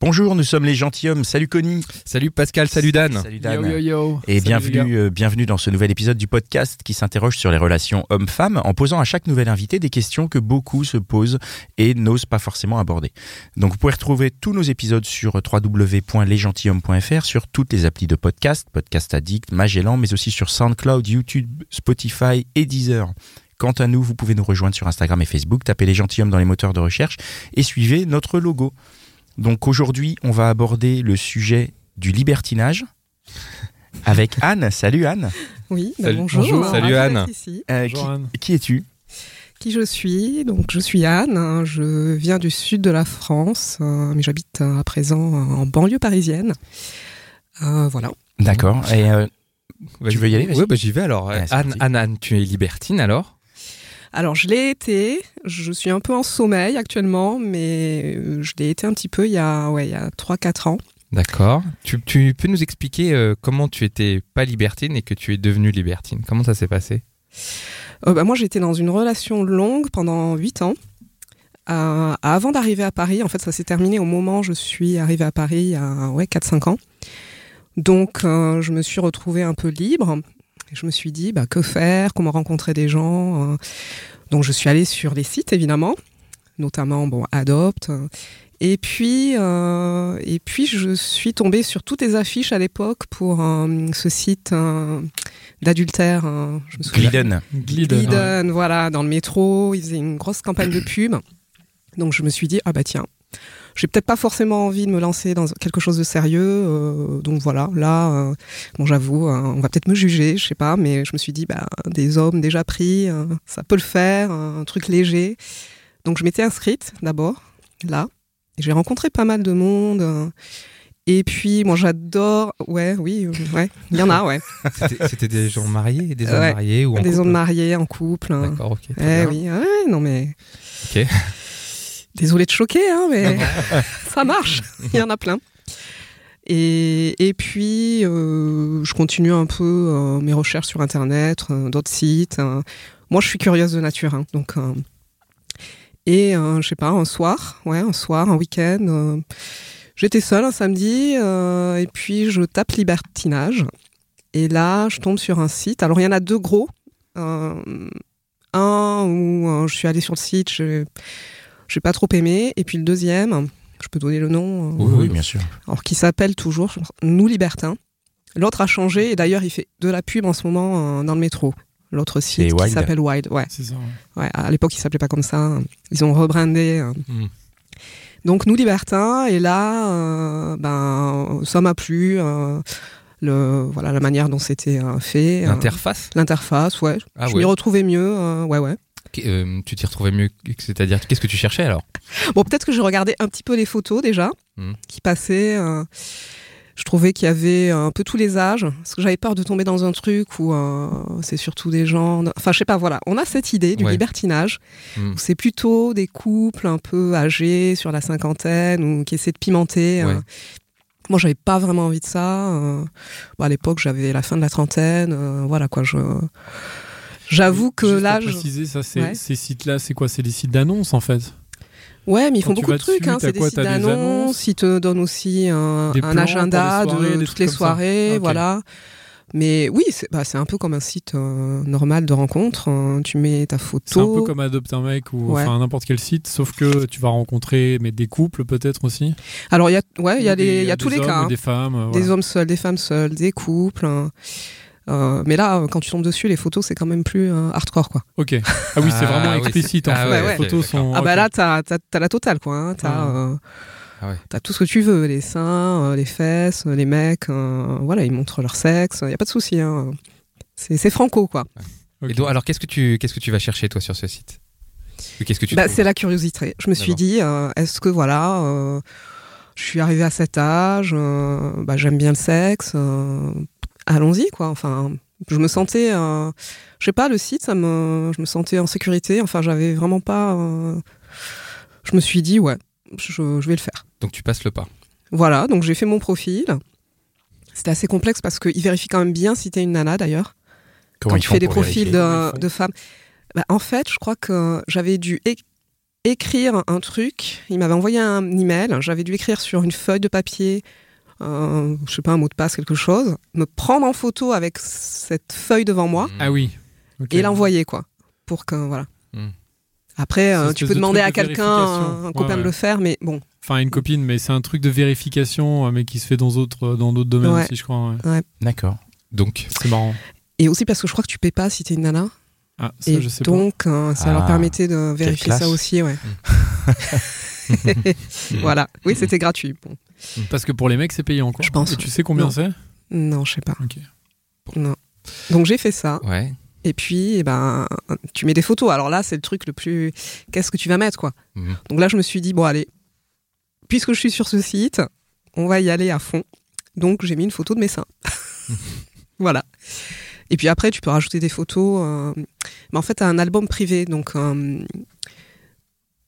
Bonjour, nous sommes les gentilshommes. Salut Connie. Salut Pascal, salut Dan. Salut Dan. Yo, yo, yo. Et Salut, les bienvenue, euh, bienvenue dans ce nouvel épisode du podcast qui s'interroge sur les relations hommes-femmes en posant à chaque nouvel invité des questions que beaucoup se posent et n'osent pas forcément aborder. Donc vous pouvez retrouver tous nos épisodes sur www.lesgentilhommes.fr, sur toutes les applis de podcast, Podcast Addict, Magellan, mais aussi sur SoundCloud, YouTube, Spotify et Deezer. Quant à nous, vous pouvez nous rejoindre sur Instagram et Facebook, tapez les gentilshommes dans les moteurs de recherche et suivez notre logo. Donc aujourd'hui, on va aborder le sujet du libertinage avec Anne. Salut Anne. Oui, bah Salut- bonjour. bonjour, salut Ravi Anne. d'être ici. Euh, Bonjour, qui- Anne. qui es-tu Qui je suis Donc je suis Anne, hein, je viens du sud de la France, euh, mais j'habite euh, à présent euh, en banlieue parisienne. Euh, voilà. D'accord. Et euh, Vas-y. veux y aller, vas-y. Ouais, bah, j'y vais alors. Ouais, c'est Anne, parti. Anne, Anne, tu es libertine alors Alors je l'ai été, je suis un peu en sommeil actuellement, mais euh, je l'ai été un petit peu il y a, ouais, il y a 3-4 ans. D'accord. Tu, tu peux nous expliquer euh, comment tu étais pas libertine et que tu es devenue libertine Comment ça s'est passé Euh, bah, moi j'étais dans une relation longue pendant 8 ans. Euh, avant d'arriver à Paris, en fait ça s'est terminé au moment où je suis arrivée à Paris il y a ouais, 4-5 ans. Donc euh, je me suis retrouvée un peu libre. Et je me suis dit bah, que faire, comment rencontrer des gens. euh. donc je suis allée sur les sites évidemment, notamment bon, Adopt. Et puis, euh, et puis je suis tombée sur toutes les affiches à l'époque pour euh, ce site euh, d'adultère. euh, je me souviens- Glidden. Glidden, ouais. Glidden, voilà, dans le métro, ils faisaient une grosse campagne de pub. Donc je me suis dit, ah bah tiens, j'ai peut-être pas forcément envie de me lancer dans quelque chose de sérieux. euh, donc voilà, là, euh, bon j'avoue, euh, on va peut-être me juger, je sais pas, mais je me suis dit, bah des hommes déjà pris, euh, ça peut le faire, un truc léger. Donc je m'étais inscrite d'abord, là. Et J'ai rencontré pas mal de monde. euh, et puis, moi, j'adore. Ouais, oui, euh, ouais. Il y en a, ouais. C'était c'était des gens mariés, des hommes Ouais. mariés ou en Des couple hommes mariés en couple. hein. D'accord, ok. très Eh bien. oui, ah ouais, non mais. Ok. Désolé de choquer, hein, mais ça marche. Il y en a plein. Et, et puis, euh, je continue un peu euh, mes recherches sur Internet, euh, d'autres sites. euh. Moi, je suis curieuse de nature, hein, donc. euh, et euh, je sais pas, un soir, ouais, un soir, un week-end, euh, j'étais seule un samedi, euh, et puis je tape libertinage. Et là, je tombe sur un site. Alors, il y en a deux gros. Euh, un où euh, je suis allée sur le site, je n'ai pas trop aimé. Et puis le deuxième, je peux donner le nom, euh, Oui, oui, bien sûr. alors qui s'appelle toujours je pense, Nous Libertins. L'autre a changé et d'ailleurs il fait de la pub en ce moment euh, dans le métro. L'autre Et site qui Wild. s'appelle Wild. Ouais, C'est ça. ouais. ouais, à l'époque il s'appelait pas comme ça. Ils ont rebrandé. euh. Mm. Donc Nous Libertins et là, euh, ben ça m'a plu. euh, le, voilà la manière dont c'était euh, fait. euh, L'interface L'interface, ouais. Ah je ouais. m'y retrouvais mieux. euh, ouais, ouais. Qu- euh, tu t'y retrouvais mieux, que- c'est-à-dire qu'est-ce que tu cherchais alors Bon, peut-être que je regardais un petit peu les photos déjà Mhm. qui passaient. euh, je trouvais qu'il y avait un peu tous les âges, parce que j'avais peur de tomber dans un truc où euh, c'est surtout des gens. Enfin, je sais pas, voilà. On a cette idée du Ouais. libertinage, Mhm. où c'est plutôt des couples un peu âgés, sur la cinquantaine, ou qui essaient de pimenter. Ouais. euh. Moi, j'avais pas vraiment envie de ça. euh. Bon, à l'époque, j'avais la fin de la trentaine. euh, voilà, quoi. Je... J'avoue que Juste pour l'âge. préciser, ça, c'est- Ouais. ces sites-là, c'est quoi C'est des sites d'annonces en fait. Ouais, mais ils Quand font tu beaucoup vas de trucs. dessus, hein. t'as C'est des quoi sites T'as des annonces d'annonces. Ils te donnent aussi un, Des un plans agenda pour les soirées, de des toutes trucs les comme ça. soirées. Ok. Voilà. Mais oui, c'est bah, c'est un peu comme un site euh, normal de rencontre. hein. Tu mets ta C'est un photo. peu comme Adopte un mec ou Ouais. enfin n'importe quel site, sauf que tu vas rencontrer mais des couples peut-être aussi. Alors, il y a, ouais, Euh, il y a, Ou des- les- il y a tous des les hommes cas. et hein. Des femmes. euh, Des voilà. hommes seuls, des femmes seules, des couples. hein. Euh, mais là, euh, quand tu tombes dessus, les photos, c'est quand même plus euh, hardcore, quoi. Ok. Ah oui, Ah c'est vraiment oui, c'est- explicite en Ah fait. ouais, Les ouais. photos sont. Ah bah ok. là, t'as as, la totale, quoi. hein. T'as Ah. euh, Ah ouais. t'as tout ce que tu veux, les seins, euh, les fesses, euh, les mecs, euh, voilà, ils montrent leur sexe, il n'y a pas de souci. hein. C'est c'est franco, quoi. Ok. Et donc, alors qu'est-ce que tu qu'est-ce que tu vas chercher toi sur ce site Ou Qu'est-ce que tu Bah, trouves c'est la curiosité. Je me suis D'accord. dit, euh, est-ce que voilà, euh, je suis arrivée à cet âge, euh, bah, j'aime bien le sexe, euh, allons-y quoi. Enfin, je me sentais, euh, je sais pas, le site, ça me, je me sentais en sécurité. Enfin, j'avais vraiment pas. euh, je me suis dit, ouais, je, je vais le faire. Donc tu passes le pas. Voilà, donc j'ai fait mon profil. C'était assez complexe parce qu'ils vérifient quand même bien si t'es une nana d'ailleurs. Comment quand ils tu font fais des pour profils vérifier Comment ils de, font de femmes. Bah, en fait, je crois que j'avais dû é- écrire un truc. Il m'avait envoyé un email. J'avais dû écrire sur une feuille de papier, euh, je sais pas, un mot de passe, quelque chose. Me prendre en photo avec cette feuille devant moi Mmh. Ah oui. Ok. Mmh. et l'envoyer, quoi. Pour que, voilà. Mm. Après, C'est euh, tu une espèce peux de demander truc à de quelqu'un, vérification. un, Ouais, copain de ouais. le faire, mais bon, Enfin, une copine, mais c'est un truc de vérification, euh, mais qui se fait dans d'autres dans d'autres domaines Ouais. aussi, je crois. ouais. D'accord. Donc, C'est marrant. Et aussi parce que je crois que tu payes pas si t'es une nana. Ah, ça, et je sais donc, euh, ça leur Ah, permettait de vérifier classe. ça aussi, ouais. voilà. Oui, c'était gratuit. Bon. pas. Parce que pour les mecs, c'est payant, quoi. Je pense, Et tu sais combien Non. c'est Non, je sais pas. Ok. Non. Donc j'ai fait ça. ouais. Et puis, eh ben, tu mets des photos. Alors là, c'est le truc le plus. Qu'est-ce que tu vas mettre, quoi Mhm. Donc là, je me suis dit bon, allez, puisque je suis sur ce site, on va y aller à fond. Donc j'ai mis une photo de mes seins. voilà. Et puis après, tu peux rajouter des photos. euh, Mais en fait, t'as un album privé, donc euh,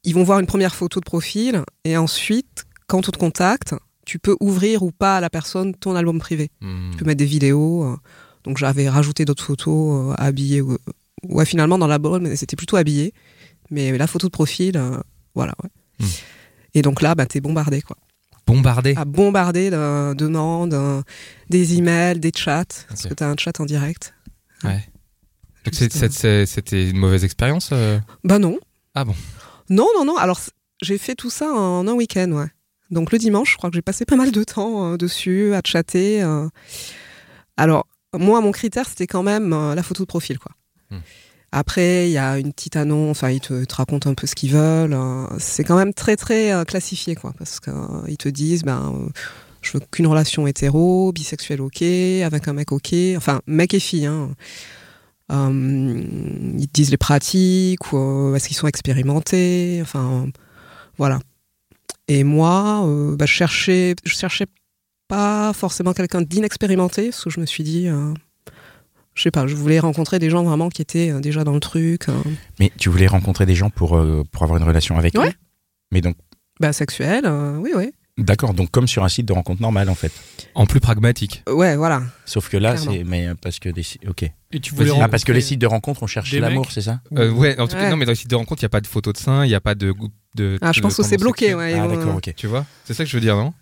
ils vont voir une première photo de profil, et ensuite, quand on te contacte, tu peux ouvrir ou pas à la personne ton album privé. Mmh. Tu peux mettre des vidéos. euh, Donc j'avais rajouté d'autres photos euh, habillées. ou- Ouais, finalement, dans la bonne, mais c'était plutôt habillé. Mais la photo de profil, euh, voilà. ouais. Hmm. Et donc là, bah, t'es bombardé, quoi. Bombarder. À bombarder de demandes, euh, des emails, des chats. Parce Ok. que t'as un chat en direct. Ouais. Donc c'est- c'est- Justement. c'est- c'était une mauvaise expérience euh Bah non. Ah bon. Non, non, non. Alors, c- j'ai fait tout ça en un week-end, ouais. Donc le dimanche, je crois que j'ai passé pas mal de temps euh, dessus, à chatter. euh. Alors, moi, mon critère, c'était quand même euh, la photo de profil, quoi. Hmm. Après, il y a une petite annonce, enfin, ils te, te racontent un peu ce qu'ils veulent. euh. C'est quand même très, très euh, classifié, quoi, parce qu'ils te disent, ben, euh, je veux qu'une relation hétéro, bisexuelle, ok, avec un mec, ok, enfin, mec et fille, hein. Euh, ils te disent les pratiques, ou, euh, est-ce qu'ils sont expérimentés, enfin voilà. Et moi, euh, bah, je cherchais, je cherchais pas forcément quelqu'un d'inexpérimenté, parce que je me suis dit, euh, je sais pas, je voulais rencontrer des gens vraiment qui étaient euh, déjà dans le truc, euh, Mais tu voulais rencontrer des gens pour, euh, pour avoir une relation avec Ouais. eux Mais donc, bah, sexuels, euh, oui, oui, d'accord, donc comme sur un site de rencontre normale en fait. En plus pragmatique. ouais, voilà. Sauf que là, Clairement. c'est. Mais euh, parce que des sites. Ok. Et tu voulais Vas-y. Ah, parce que rencontrer- les sites de rencontre, on cherche des l'amour, mecs. c'est ça Euh, ouais, en tout cas, Ouais. non, mais dans les sites de rencontre, il n'y a pas de photo de seins, il n'y a pas de. goût- de Ah, je de pense que c'est tendance bloqué, sexuelle. ouais. Ah, ils vont- d'accord, ok. Tu vois C'est ça que je veux dire, non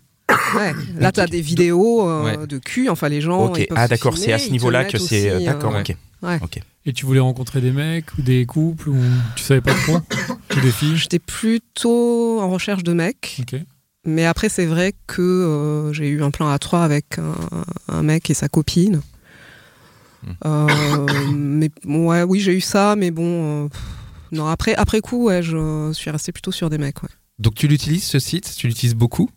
ouais. Là, t'as des vidéos euh, Ouais. de cul, enfin les gens. ok. Oh, ils peuvent Ah, se d'accord, c'est à filmer, ce ils te niveau-là que mettent c'est. euh, aussi, euh, D'accord, ouais. ok. Et tu voulais rencontrer des mecs ou des couples ou tu savais pas trop ou des filles. J'étais plutôt en recherche de mecs. Ok. Mais après, c'est vrai que euh, j'ai eu un plan à trois avec un, un mec et sa copine. Hmm. Euh, mais ouais, oui, j'ai eu ça, mais bon. euh, pff, non, après, après coup, ouais, je suis restée plutôt sur des mecs. ouais. Donc tu l'utilises ce site, tu l'utilises beaucoup.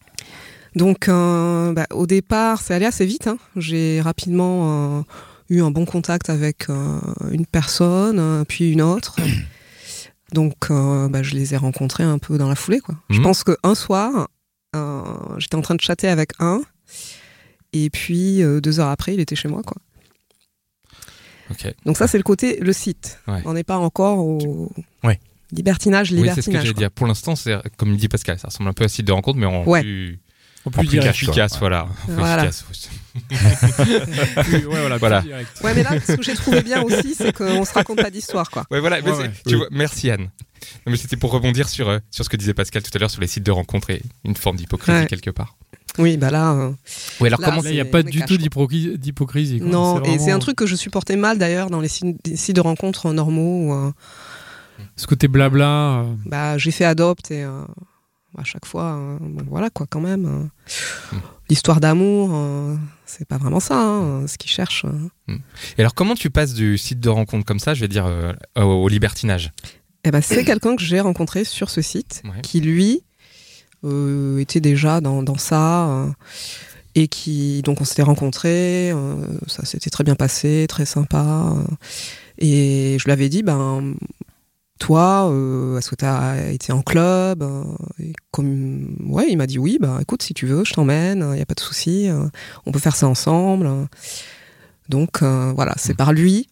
Donc, euh, bah, au départ, c'est allé assez vite. hein. J'ai rapidement euh, eu un bon contact avec euh, une personne, euh, puis une autre. Donc, euh, bah, je les ai rencontrés un peu dans la foulée. Quoi. Je Mhm. pense qu'un soir, euh, j'étais en train de chatter avec un, et puis euh, deux heures après, il était chez moi. Quoi. Ok. Donc, ça, c'est le côté, le site. Ouais. On n'est pas encore au Ouais. libertinage, Oui, c'est ce que libertinage. j'allais quoi. dire. Pour l'instant, c'est comme dit Pascal, ça ressemble un peu à un site de rencontre, mais en Ouais. plus, En plus, en plus direct. efficace, voilà. Voilà. Efficace, oui. Ouais, voilà. Voilà. plus direct. ouais, mais là, ce que j'ai trouvé bien aussi, c'est qu'on se raconte pas d'histoire. quoi. Ouais, voilà. mais Ouais, c'est- ouais. tu Oui. vois, merci Anne. Non, mais c'était pour rebondir sur euh, sur ce que disait Pascal tout à l'heure sur les sites de rencontre et une forme d'hypocrisie Ouais. quelque part. Oui, bah là. euh, Oui, alors Là, comment Là, il n'y a c'est- pas on du est tout cash, d'hypocri- d'hypocrisie. quoi. Non, et c'est un vraiment euh, truc que je supportais mal d'ailleurs dans les sites, des sites de rencontres normaux. où, euh, Ce côté blabla. euh, bah, j'ai fait adopte et euh, à chaque fois, euh, bon, voilà quoi, quand même. euh, Hmm. L'histoire d'amour, euh, c'est pas vraiment ça, hein, ce qu'ils cherchent. euh. Et alors, comment tu passes du site de rencontre comme ça, je vais dire, euh, au, au libertinage Eh ben, c'est quelqu'un que j'ai rencontré sur ce site Ouais. qui, lui, euh, était déjà dans, dans ça. euh, et qui, donc, on s'était rencontrés, euh, ça s'était très bien passé, très sympa. euh, et je lui avais dit, ben, toi, euh, est-ce que tu as été en club euh, et comme, Ouais, il m'a dit oui, bah écoute, si tu veux, je t'emmène, il n'y a pas de souci, euh, on peut faire ça ensemble. euh. Donc, euh, voilà, c'est par lui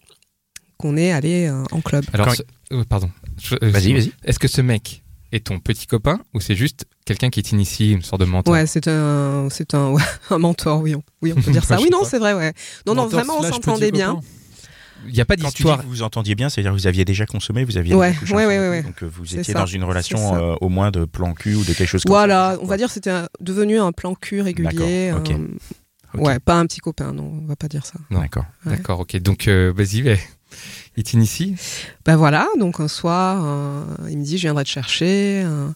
qu'on est allé euh, en club. Alors, Quand- ce- euh, pardon. Je- euh, Vas-y, c'est- vas-y. Est-ce que ce mec est ton petit copain ou c'est juste quelqu'un qui t'initie, une sorte de mentor Ouais, c'est un, c'est un, ouais, un mentor, oui, on, oui, on peut dire ça. Je Oui, sais non, pas. c'est vrai, ouais. Non, non, Mentor vraiment, on slash s'entendait petit bien. copain. Il n'y a pas Quand tu dis d'histoire. que vous entendiez bien, c'est-à-dire que vous aviez déjà consommé, vous aviez Ouais, déjà couché ouais, ensemble. ouais, ouais. donc euh, vous C'est étiez ça, dans une c'est ça. relation euh, au moins de plan cul ou de quelque chose comme Voilà, ça. on va dire que c'était un- devenu un plan cul régulier. D'accord, ok. un- Ok. Ouais, pas un petit copain, non, on va pas dire ça. Non. D'accord. ouais. D'accord, ok. Donc, euh, vas-y, mais il t'initie. Ben voilà, donc un soir, euh, il me dit, je viendrai te chercher. euh,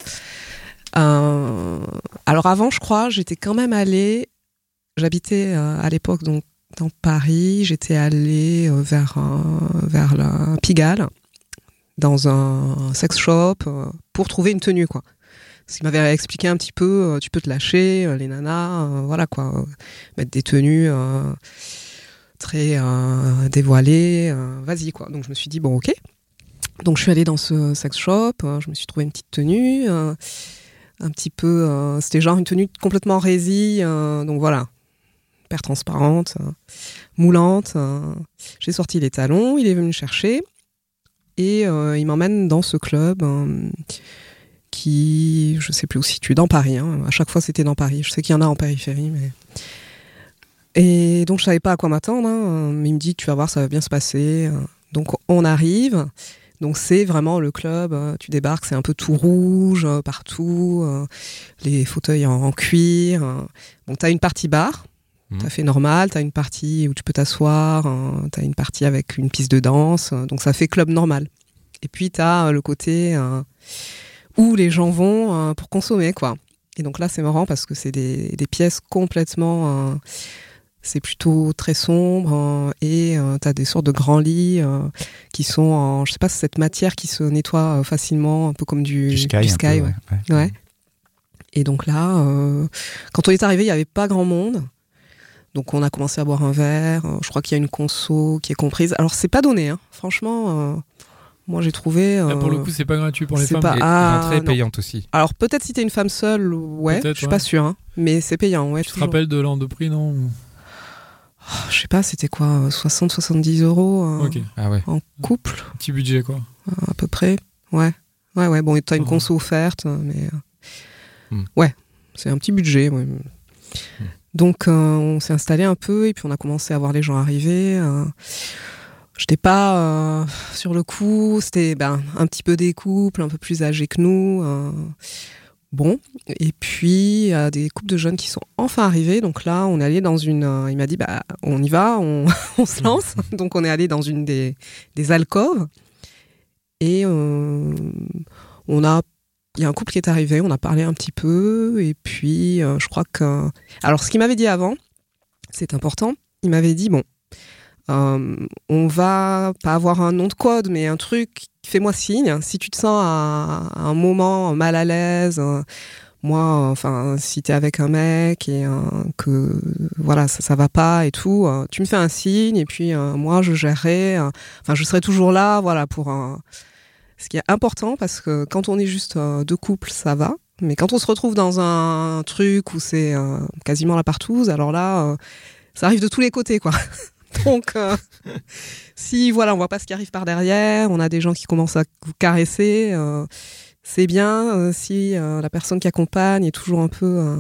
euh, alors avant, je crois, j'étais quand même allée, j'habitais euh, à l'époque donc dans Paris, j'étais allée euh, vers, euh, vers la Pigalle, dans un sex shop, euh, pour trouver une tenue, quoi. Parce qu'il m'avait expliqué un petit peu, euh, tu peux te lâcher, euh, les nanas, euh, voilà quoi, euh, mettre des tenues euh, très euh, dévoilées, euh, vas-y quoi. Donc je me suis dit, bon ok. Donc je suis allée dans ce sex shop, euh, je me suis trouvé une petite tenue, euh, un petit peu, euh, c'était genre une tenue complètement résille, euh, donc voilà, paire transparente, euh, moulante. euh. J'ai sorti les talons, il est venu me chercher et euh, il m'emmène dans ce club euh, qui, je sais plus où se situe, dans Paris. hein. À chaque fois c'était dans Paris. Je sais qu'il y en a en périphérie, mais et donc je savais pas à quoi m'attendre. hein, mais il me dit tu vas voir, ça va bien se passer. euh. Donc on arrive. Donc c'est vraiment le club, euh, tu débarques, c'est un peu tout rouge euh, partout, euh, les fauteuils en, en cuir. euh. Bon, t'as une partie bar, Mhm. t'as fait normal, t'as une partie où tu peux t'asseoir, hein, t'as une partie avec une piste de danse, euh, donc ça fait club normal. Et puis t'as euh, le côté euh, où les gens vont euh, pour consommer, quoi. Et donc là c'est marrant parce que c'est des, des pièces complètement... euh, c'est plutôt très sombre hein, et euh, t'as des sortes de grands lits euh, qui sont en, je sais pas, cette matière qui se nettoie euh, facilement, un peu comme du, Du sky. un peu, ouais. ouais, ouais. Ouais. Et donc là, euh, quand on est arrivé, il n'y avait pas grand monde. Donc on a commencé à boire un verre. Euh, Je crois qu'il y a une conso qui est comprise. Alors c'est pas donné, hein. franchement. euh, moi j'ai trouvé. Là, Ah, pour le euh, coup, c'est pas gratuit pour les c'est femmes. pas- Et Ah, l'entrée est non. payante aussi. Alors peut-être si t'es une femme seule, ouais, je Peut-être, suis ouais. pas sûre. hein. Mais c'est payant, ouais. Tu te toujours. rappelles de l'an de prix, non Oh, je sais pas, c'était quoi, euh, 60, 70 euros euh, Ok, Ah ouais. en couple, petit budget quoi. euh, à peu près. Ouais, ouais, ouais. Bon, et t'as une Mhm. conso offerte, euh, mais euh, Mhm. ouais, c'est un petit budget. ouais. Donc euh, on s'est installé un peu et puis on a commencé à voir les gens arriver. euh. J'étais pas euh, sur le coup, c'était ben, un petit peu des couples un peu plus âgés que nous. euh. Bon, et puis il y a des couples de jeunes qui sont enfin arrivés. Donc là, on est allé dans une. euh, il m'a dit, bah, on y va, on, on se lance. Donc on est allé dans une des, des alcôves et euh, on a. Il y a un couple qui est arrivé, on a parlé un petit peu et puis euh, je crois que. Alors, ce qu'il m'avait dit avant, c'est important. Il m'avait dit bon, euh, on va pas avoir un nom de code, mais un truc. Fais-moi signe si tu te sens à, à un moment mal à l'aise. euh, moi, euh, enfin, si t'es avec un mec et euh, que euh, voilà, ça, ça va pas et tout, euh, tu me fais un signe et puis euh, moi, je gérerai. euh, Enfin, je serai toujours là, voilà, pour euh, un. Ce qui est important parce que quand on est juste euh, deux couples, ça va. Mais quand on se retrouve dans un truc où c'est euh, quasiment la partouze, alors là, euh, ça arrive de tous les côtés, quoi. Donc, euh, si voilà, on voit pas ce qui arrive par derrière, on a des gens qui commencent à vous caresser, euh, c'est bien. euh, si euh, la personne qui accompagne est toujours un peu, euh,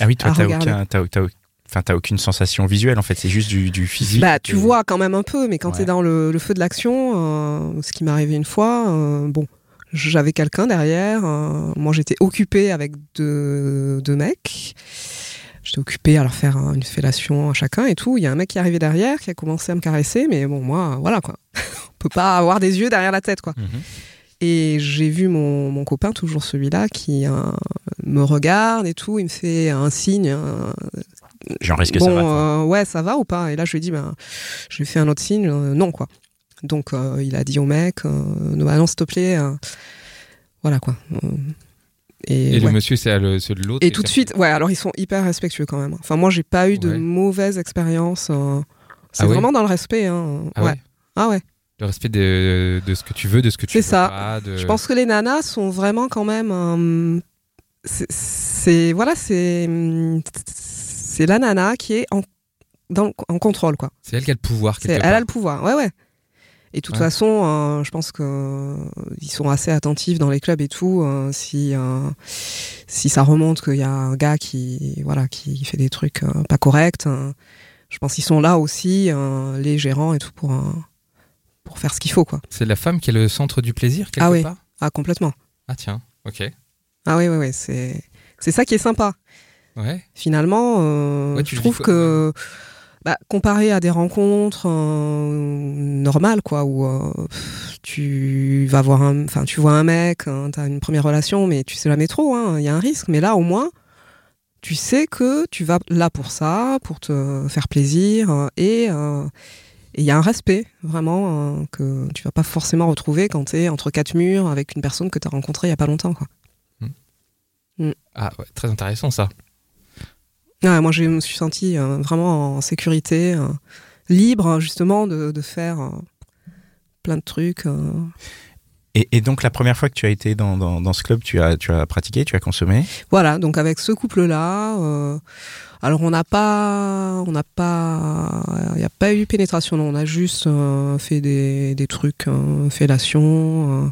Ah oui, toi, À t'as regarder. aucun, t'as, t'as- enfin, t'as aucune sensation visuelle en fait, c'est juste du, du physique. bah, tu Et- vois quand même un peu, mais quand Ouais. t'es dans le, le feu de l'action, euh, ce qui m'est arrivé une fois, euh, bon, j'avais quelqu'un derrière. euh, moi, j'étais occupée avec deux, deux mecs. J'étais occupée à leur faire euh, une fellation à chacun et tout. Il y a un mec qui est arrivé derrière, qui a commencé à me caresser, mais bon, moi, euh, voilà quoi. On peut pas avoir des yeux derrière la tête, quoi. Mhm. Et j'ai vu mon, mon copain, toujours celui-là, qui euh, me regarde et tout. Il me fait un signe, euh, Genre, est-ce que ça bon, va toi euh, ouais, ça va ou pas Et là, je lui ai dit, ben, je lui ai fait un autre signe, euh, non, quoi. Donc, euh, il a dit au mec, euh, non, bah, non, s'il te plaît, euh, voilà, quoi. Euh, Et, et, ouais. le monsieur, c'est à le- ceux de l'autre. et tout de suite, ouais, alors ils sont hyper respectueux quand même. Enfin, moi, j'ai pas eu de Ouais. mauvaise expérience. euh, c'est Ah oui vraiment dans le respect, hein. Ah ouais. Ah ouais. Le respect de, de ce que tu veux, de ce que tu C'est veux ça. pas, de- Je pense que les nanas sont vraiment quand même. euh, c'est- c'est voilà, c'est c'est la nana qui est en, dans, le- en contrôle quoi. C'est elle qui a le pouvoir. C'est- quelque elle a part. le pouvoir, ouais, ouais. Et de toute Ouais. façon, euh, je pense qu'ils sont assez attentifs dans les clubs et tout. euh, si, euh, si ça remonte qu'il y a un gars qui, voilà, qui fait des trucs euh, pas corrects, euh, je pense qu'ils sont là aussi, euh, les gérants et tout, pour, euh, pour faire ce qu'il faut. Quoi. C'est la femme qui est le centre du plaisir, quelque Ah oui. part Ah, complètement. Ah tiens, ok. Ah oui, oui, oui. C'est c'est ça qui est sympa. Ouais. finalement, euh, Ouais, tu je le trouve vis quoi- que bah, comparé à des rencontres euh, normales, quoi, où euh, pff, tu vas voir un, enfin, tu vois un mec, hein, t'as une première relation, mais tu sais jamais trop, hein, il y a un risque. Mais là, au moins, tu sais que tu vas là pour ça, pour te faire plaisir, euh, et euh, et il y a un respect vraiment euh, que tu vas pas forcément retrouver quand t'es entre quatre murs avec une personne que t'as rencontrée il y a pas longtemps, quoi. Ah ouais, très intéressant ça. Ouais, moi, je me suis sentie euh, vraiment en sécurité, euh, libre hein, justement de, de faire euh, plein de trucs. euh. Et, et donc, la première fois que tu as été dans, dans- dans ce club, tu as, tu as pratiqué, tu as consommé. Voilà, donc avec ce couple-là, euh, alors on n'a pas, on n'a pas, il n'y a pas eu pénétration, non, on a juste euh, fait des, des trucs, euh, fellation. euh.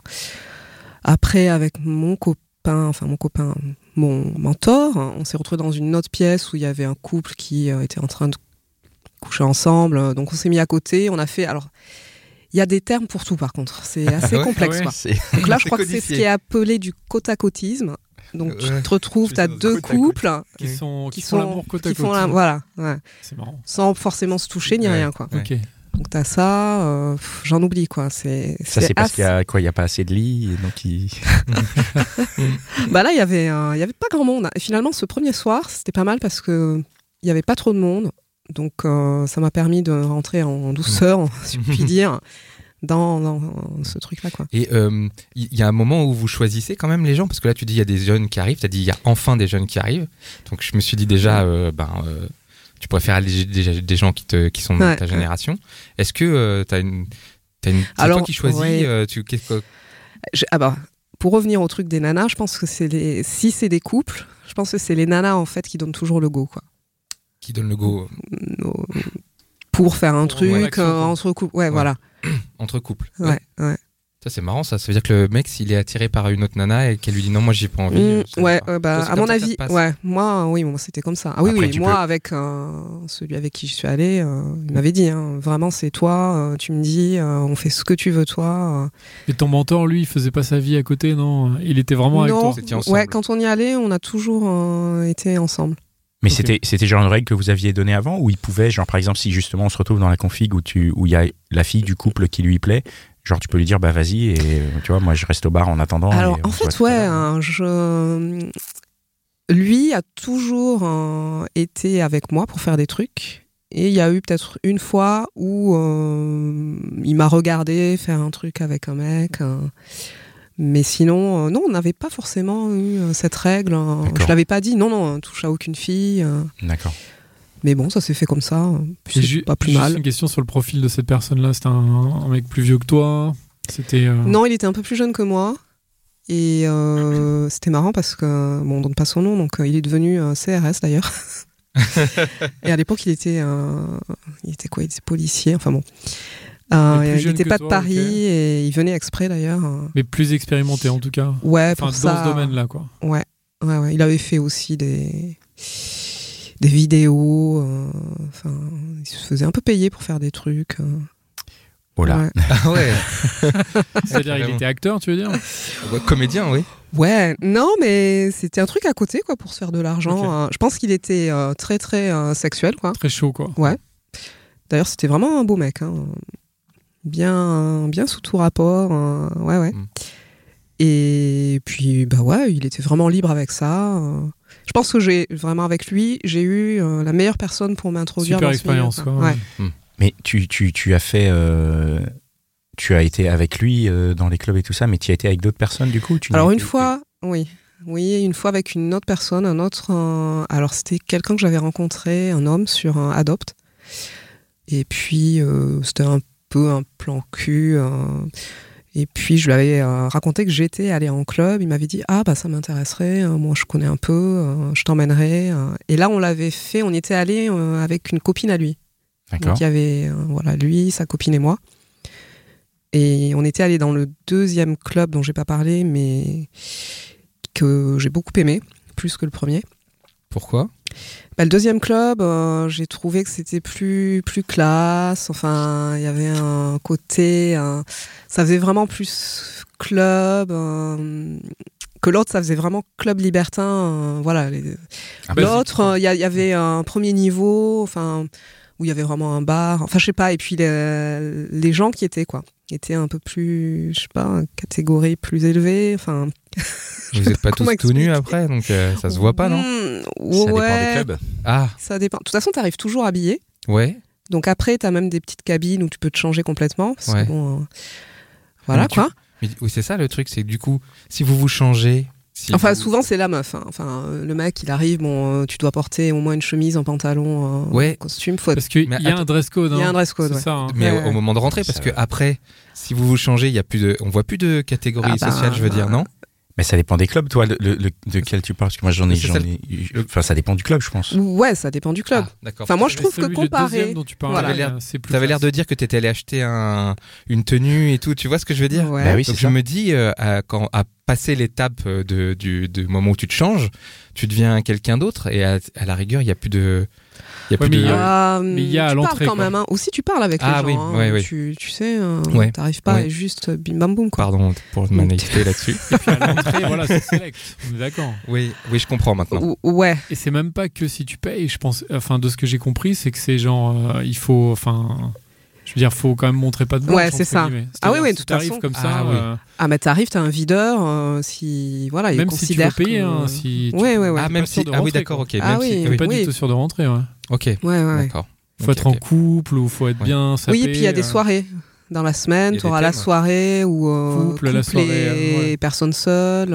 Après, avec mon copain, enfin mon copain, mon mentor, hein, on s'est retrouvé dans une autre pièce où il y avait un couple qui euh, était en train de coucher ensemble, donc on s'est mis à côté, on a fait, alors. Il y a des termes pour tout par contre, c'est assez Ouais, complexe. ouais. quoi. C'est- Donc là, je C'est crois que c'est ce codifié. qui est appelé du côte à côtisme. Donc Ouais, tu te retrouves, c'est tu as ça, deux côte à côte. couples Qui sont, qui, qui font sont l'amour côte à qui côte. font la- voilà, ouais. C'est marrant. sans forcément se toucher ni Ouais. rien quoi. Ouais. Ok. Donc t'as ça, euh, pff, j'en oublie quoi. C'est Ça, c'est parce assez- qu'il y a quoi Il y a pas assez de lits, et donc il- Bah là il y avait euh, il y avait pas grand monde. Et finalement ce premier soir c'était pas mal parce que il y avait pas trop de monde. Donc euh, ça m'a permis de rentrer en douceur, si je puis dire, dans, dans ce truc là quoi. Et euh, il y, a un moment où vous choisissez quand même les gens, parce que là tu dis il y a des jeunes qui arrivent, tu as dit il y a enfin des jeunes qui arrivent. Donc je me suis dit déjà, euh, ben, euh, tu préfères aller des, des gens qui, te, qui sont Ouais, de ta ouais. génération. Est-ce que euh, t'as une... T'as une... C'est Alors, toi qui choisis ouais. euh, tu... qu'est-ce que- Je- ah bah, pour revenir au truc des nanas, je pense que c'est les, si c'est des couples, je pense que c'est les nanas en fait qui donnent toujours le go quoi. qui donne le go euh, Nos- Pour faire un Pour avoir truc l'action, euh, quoi. entre couples, ouais, Ouais. voilà, entre couples ouais, ouais, Ça c'est marrant ça, ça veut dire que le mec s'il est attiré par une autre nana et qu'elle lui dit non moi j'ai pas envie. euh, Mm, ça ouais, va pas. euh, bah, Toi, c'est à comme mon ça que ça avis, se passe. ouais, moi, oui, moi c'était comme ça. Ah oui, Après, oui, tu moi peux- avec euh, celui avec qui je suis allée, euh, il m'avait dit, hein, vraiment c'est toi, euh, tu me dis, euh, on fait ce que tu veux toi. euh. Et ton mentor, lui, il faisait pas sa vie à côté, non Il était vraiment avec non, toi. vous étiez ensemble. ouais, quand on y allait, on a toujours euh, été ensemble. Mais Ok. c'était c'était genre une règle que vous aviez donnée avant où il pouvait genre par exemple si justement on se retrouve dans la config où tu où il y a la fille du couple qui lui plaît genre tu peux lui dire bah vas-y et euh, tu vois moi je reste au bar en attendant Alors, et on en se voit fait, tout à ouais, l'heure. hein, je... lui a toujours euh, été avec moi pour faire des trucs. Et il y a eu peut-être une fois où euh, il m'a regardé faire un truc avec un mec. euh, Mais sinon, euh, non, on n'avait pas forcément eu euh, cette règle. euh, D'accord. Je l'avais pas dit, non, non, on touche à aucune fille. euh, D'accord. Mais bon, ça s'est fait comme ça. euh, puis Et C'est ju- pas plus juste mal. une question sur le profil de cette personne-là. C'était un, un mec plus vieux que toi C'était. euh, Non, il était un peu plus jeune que moi. Et euh, c'était marrant parce que, bon, on donne pas son nom, donc euh, il est devenu euh, CRS d'ailleurs. et à l'époque, il était, euh, il était quoi Il était policier, enfin bon. Euh, Mais plus il jeune n'était que pas toi, de Paris ok. et il venait exprès d'ailleurs. Mais plus expérimenté, en tout cas. Ouais, pour Enfin, dans ça. ce domaine-là, quoi. Ouais, ouais, ouais. Il avait fait aussi des, des vidéos. euh, Enfin, il se faisait un peu payer pour faire des trucs. euh. Voilà. Ouais. Ah ouais, C'est-à-dire, il carrément. était acteur, tu veux dire Ouais, comédien oui. Ouais, non, mais c'était un truc à côté, quoi, pour se faire de l'argent. Ok. hein. Je pense qu'il était euh, très, très euh, sexuel, quoi. Très chaud, quoi. D'ailleurs, c'était vraiment un beau mec, hein. bien, euh, bien sous tout rapport. euh, ouais, ouais. Mm. Et puis, bah ouais, il était vraiment libre avec ça. euh. Je pense que j'ai vraiment avec lui, j'ai eu euh, la meilleure personne pour m'introduire. dans ce Super milieu, expérience, quoi. quoi. Ouais. Mais tu tu tu as fait euh, tu as été avec lui euh, dans les clubs et tout ça mais tu as été avec d'autres personnes du coup tu Alors n'es- une fois, oui. Oui, une fois avec une autre personne, un autre. euh, alors c'était quelqu'un que j'avais rencontré, un homme sur un Adopt. Et puis euh, c'était un peu un plan cul. euh, et puis je lui avais euh, raconté que j'étais allée en club. Il m'avait dit ah bah ça m'intéresserait. euh, moi je connais un peu. euh, je t'emmènerai. euh. Et là on l'avait fait. On était allé avec une copine à lui. D'accord. Donc il y avait euh, voilà lui, sa copine et moi. Et on était allé dans le deuxième club dont j'ai pas parlé, mais que j'ai beaucoup aimé, plus que le premier. Pourquoi Bah, le deuxième club, euh, j'ai trouvé que c'était plus plus classe. Enfin, il y avait un côté, un- ça faisait vraiment plus club. euh, que l'autre, ça faisait vraiment club libertin. euh, voilà. les- Ah, bah, L'autre, euh, il y, a- il y avait un premier niveau, enfin où il y avait vraiment un bar. Enfin, je sais pas. Et puis les, les gens qui étaient quoi étaient un peu plus, je sais pas, catégorie plus élevée. Enfin, Vous êtes pas tous comment tout nus expliquer. après, donc euh, ça se voit pas, non Hmm, Ça dépend ouais, des clubs. Ah, Ça dépend. De toute façon, t'arrives toujours habillé. ouais. Donc après, t'as même des petites cabines où tu peux te changer complètement. parce que Ouais. bon, euh, voilà Mais tu- quoi. Mais oui, c'est ça le truc, c'est que du coup, si vous vous changez. Si Enfin, vous- souvent c'est la meuf. hein. Enfin, euh, le mec, il arrive. Bon, euh, tu dois porter au moins une chemise, un pantalon, un Ouais. costume. Faut... Parce qu'il Mais y a un dress code. Il y a hein. un dress code. C'est ouais. ça. hein. Mais au- Ouais. au moment de rentrer, parce Ça que va. après, si vous vous changez, il y a plus de, on voit plus de catégorie Ah bah, sociale, je veux dire, non Mais ça dépend des clubs, toi, le- le- le- de quel tu parles. Parce que moi, j'en ai, Mais c'est j'en ça ai. Enfin, ça dépend du club, je pense. Ouais, ça dépend du club. Ah, D'accord. Enfin, moi, je Mais trouve que celui- le deuxième comparé. dont tu parlais, Voilà. T'avais l'air- c'est plus T'avais l'air classe. de dire que t'étais allé acheter un, une tenue et tout. Tu vois ce que je veux dire Ouais. Bah oui, c'est Donc je ça. me dis, euh, à, quand, à passer l'étape euh, de, du, du moment où tu te changes, tu deviens quelqu'un d'autre et à, à la rigueur, il n'y a plus de... il Y a plus Ouais, mais de... il y a- Ah, mais il y a à tu parles l'entrée, quand quoi. même. hein. Aussi, tu parles avec Ah les oui, gens. hein. ouais, ouais. Tu, tu sais, euh, Ouais. t'arrives pas Ouais. et juste euh, bim bam boum quoi. Pardon pour ma naïveté là-dessus. Et puis à l'entrée, voilà, c'est select. On est d'accord. Oui, oui, je comprends maintenant. Ou- ouais. Et c'est même pas que si tu payes, je pense. Enfin, de ce que j'ai compris, c'est que c'est genre, euh, il faut, enfin, je veux dire, faut quand même montrer pas de blanche. Ouais, c'est entre ça. guillemets. Ah oui, C'est-à-dire, oui, si de toute t'arrives façon. comme ça. Ah oui. euh, Ah, mais t'arrives, t'as un videur. euh, si voilà, il même si tu veux considère. payer, que- hein, si tu- Ouais, ouais, ouais. t'es Ah, pas même sûr si... de Ah oui, rentrer, d'accord, quoi. ok. Ah même oui, si... t'es pas oui. du tout sûr de rentrer. Ouais. Ok, Ouais, ouais, ouais. d'accord. Faut Ok, être en ok. couple ou faut être Ouais. bien. Sapé, Oui, et puis il y a des euh, soirées dans la Il semaine. y a Tu auras des la thèmes. soirée où euh, Couple, la soirée, et ouais. personnes seules.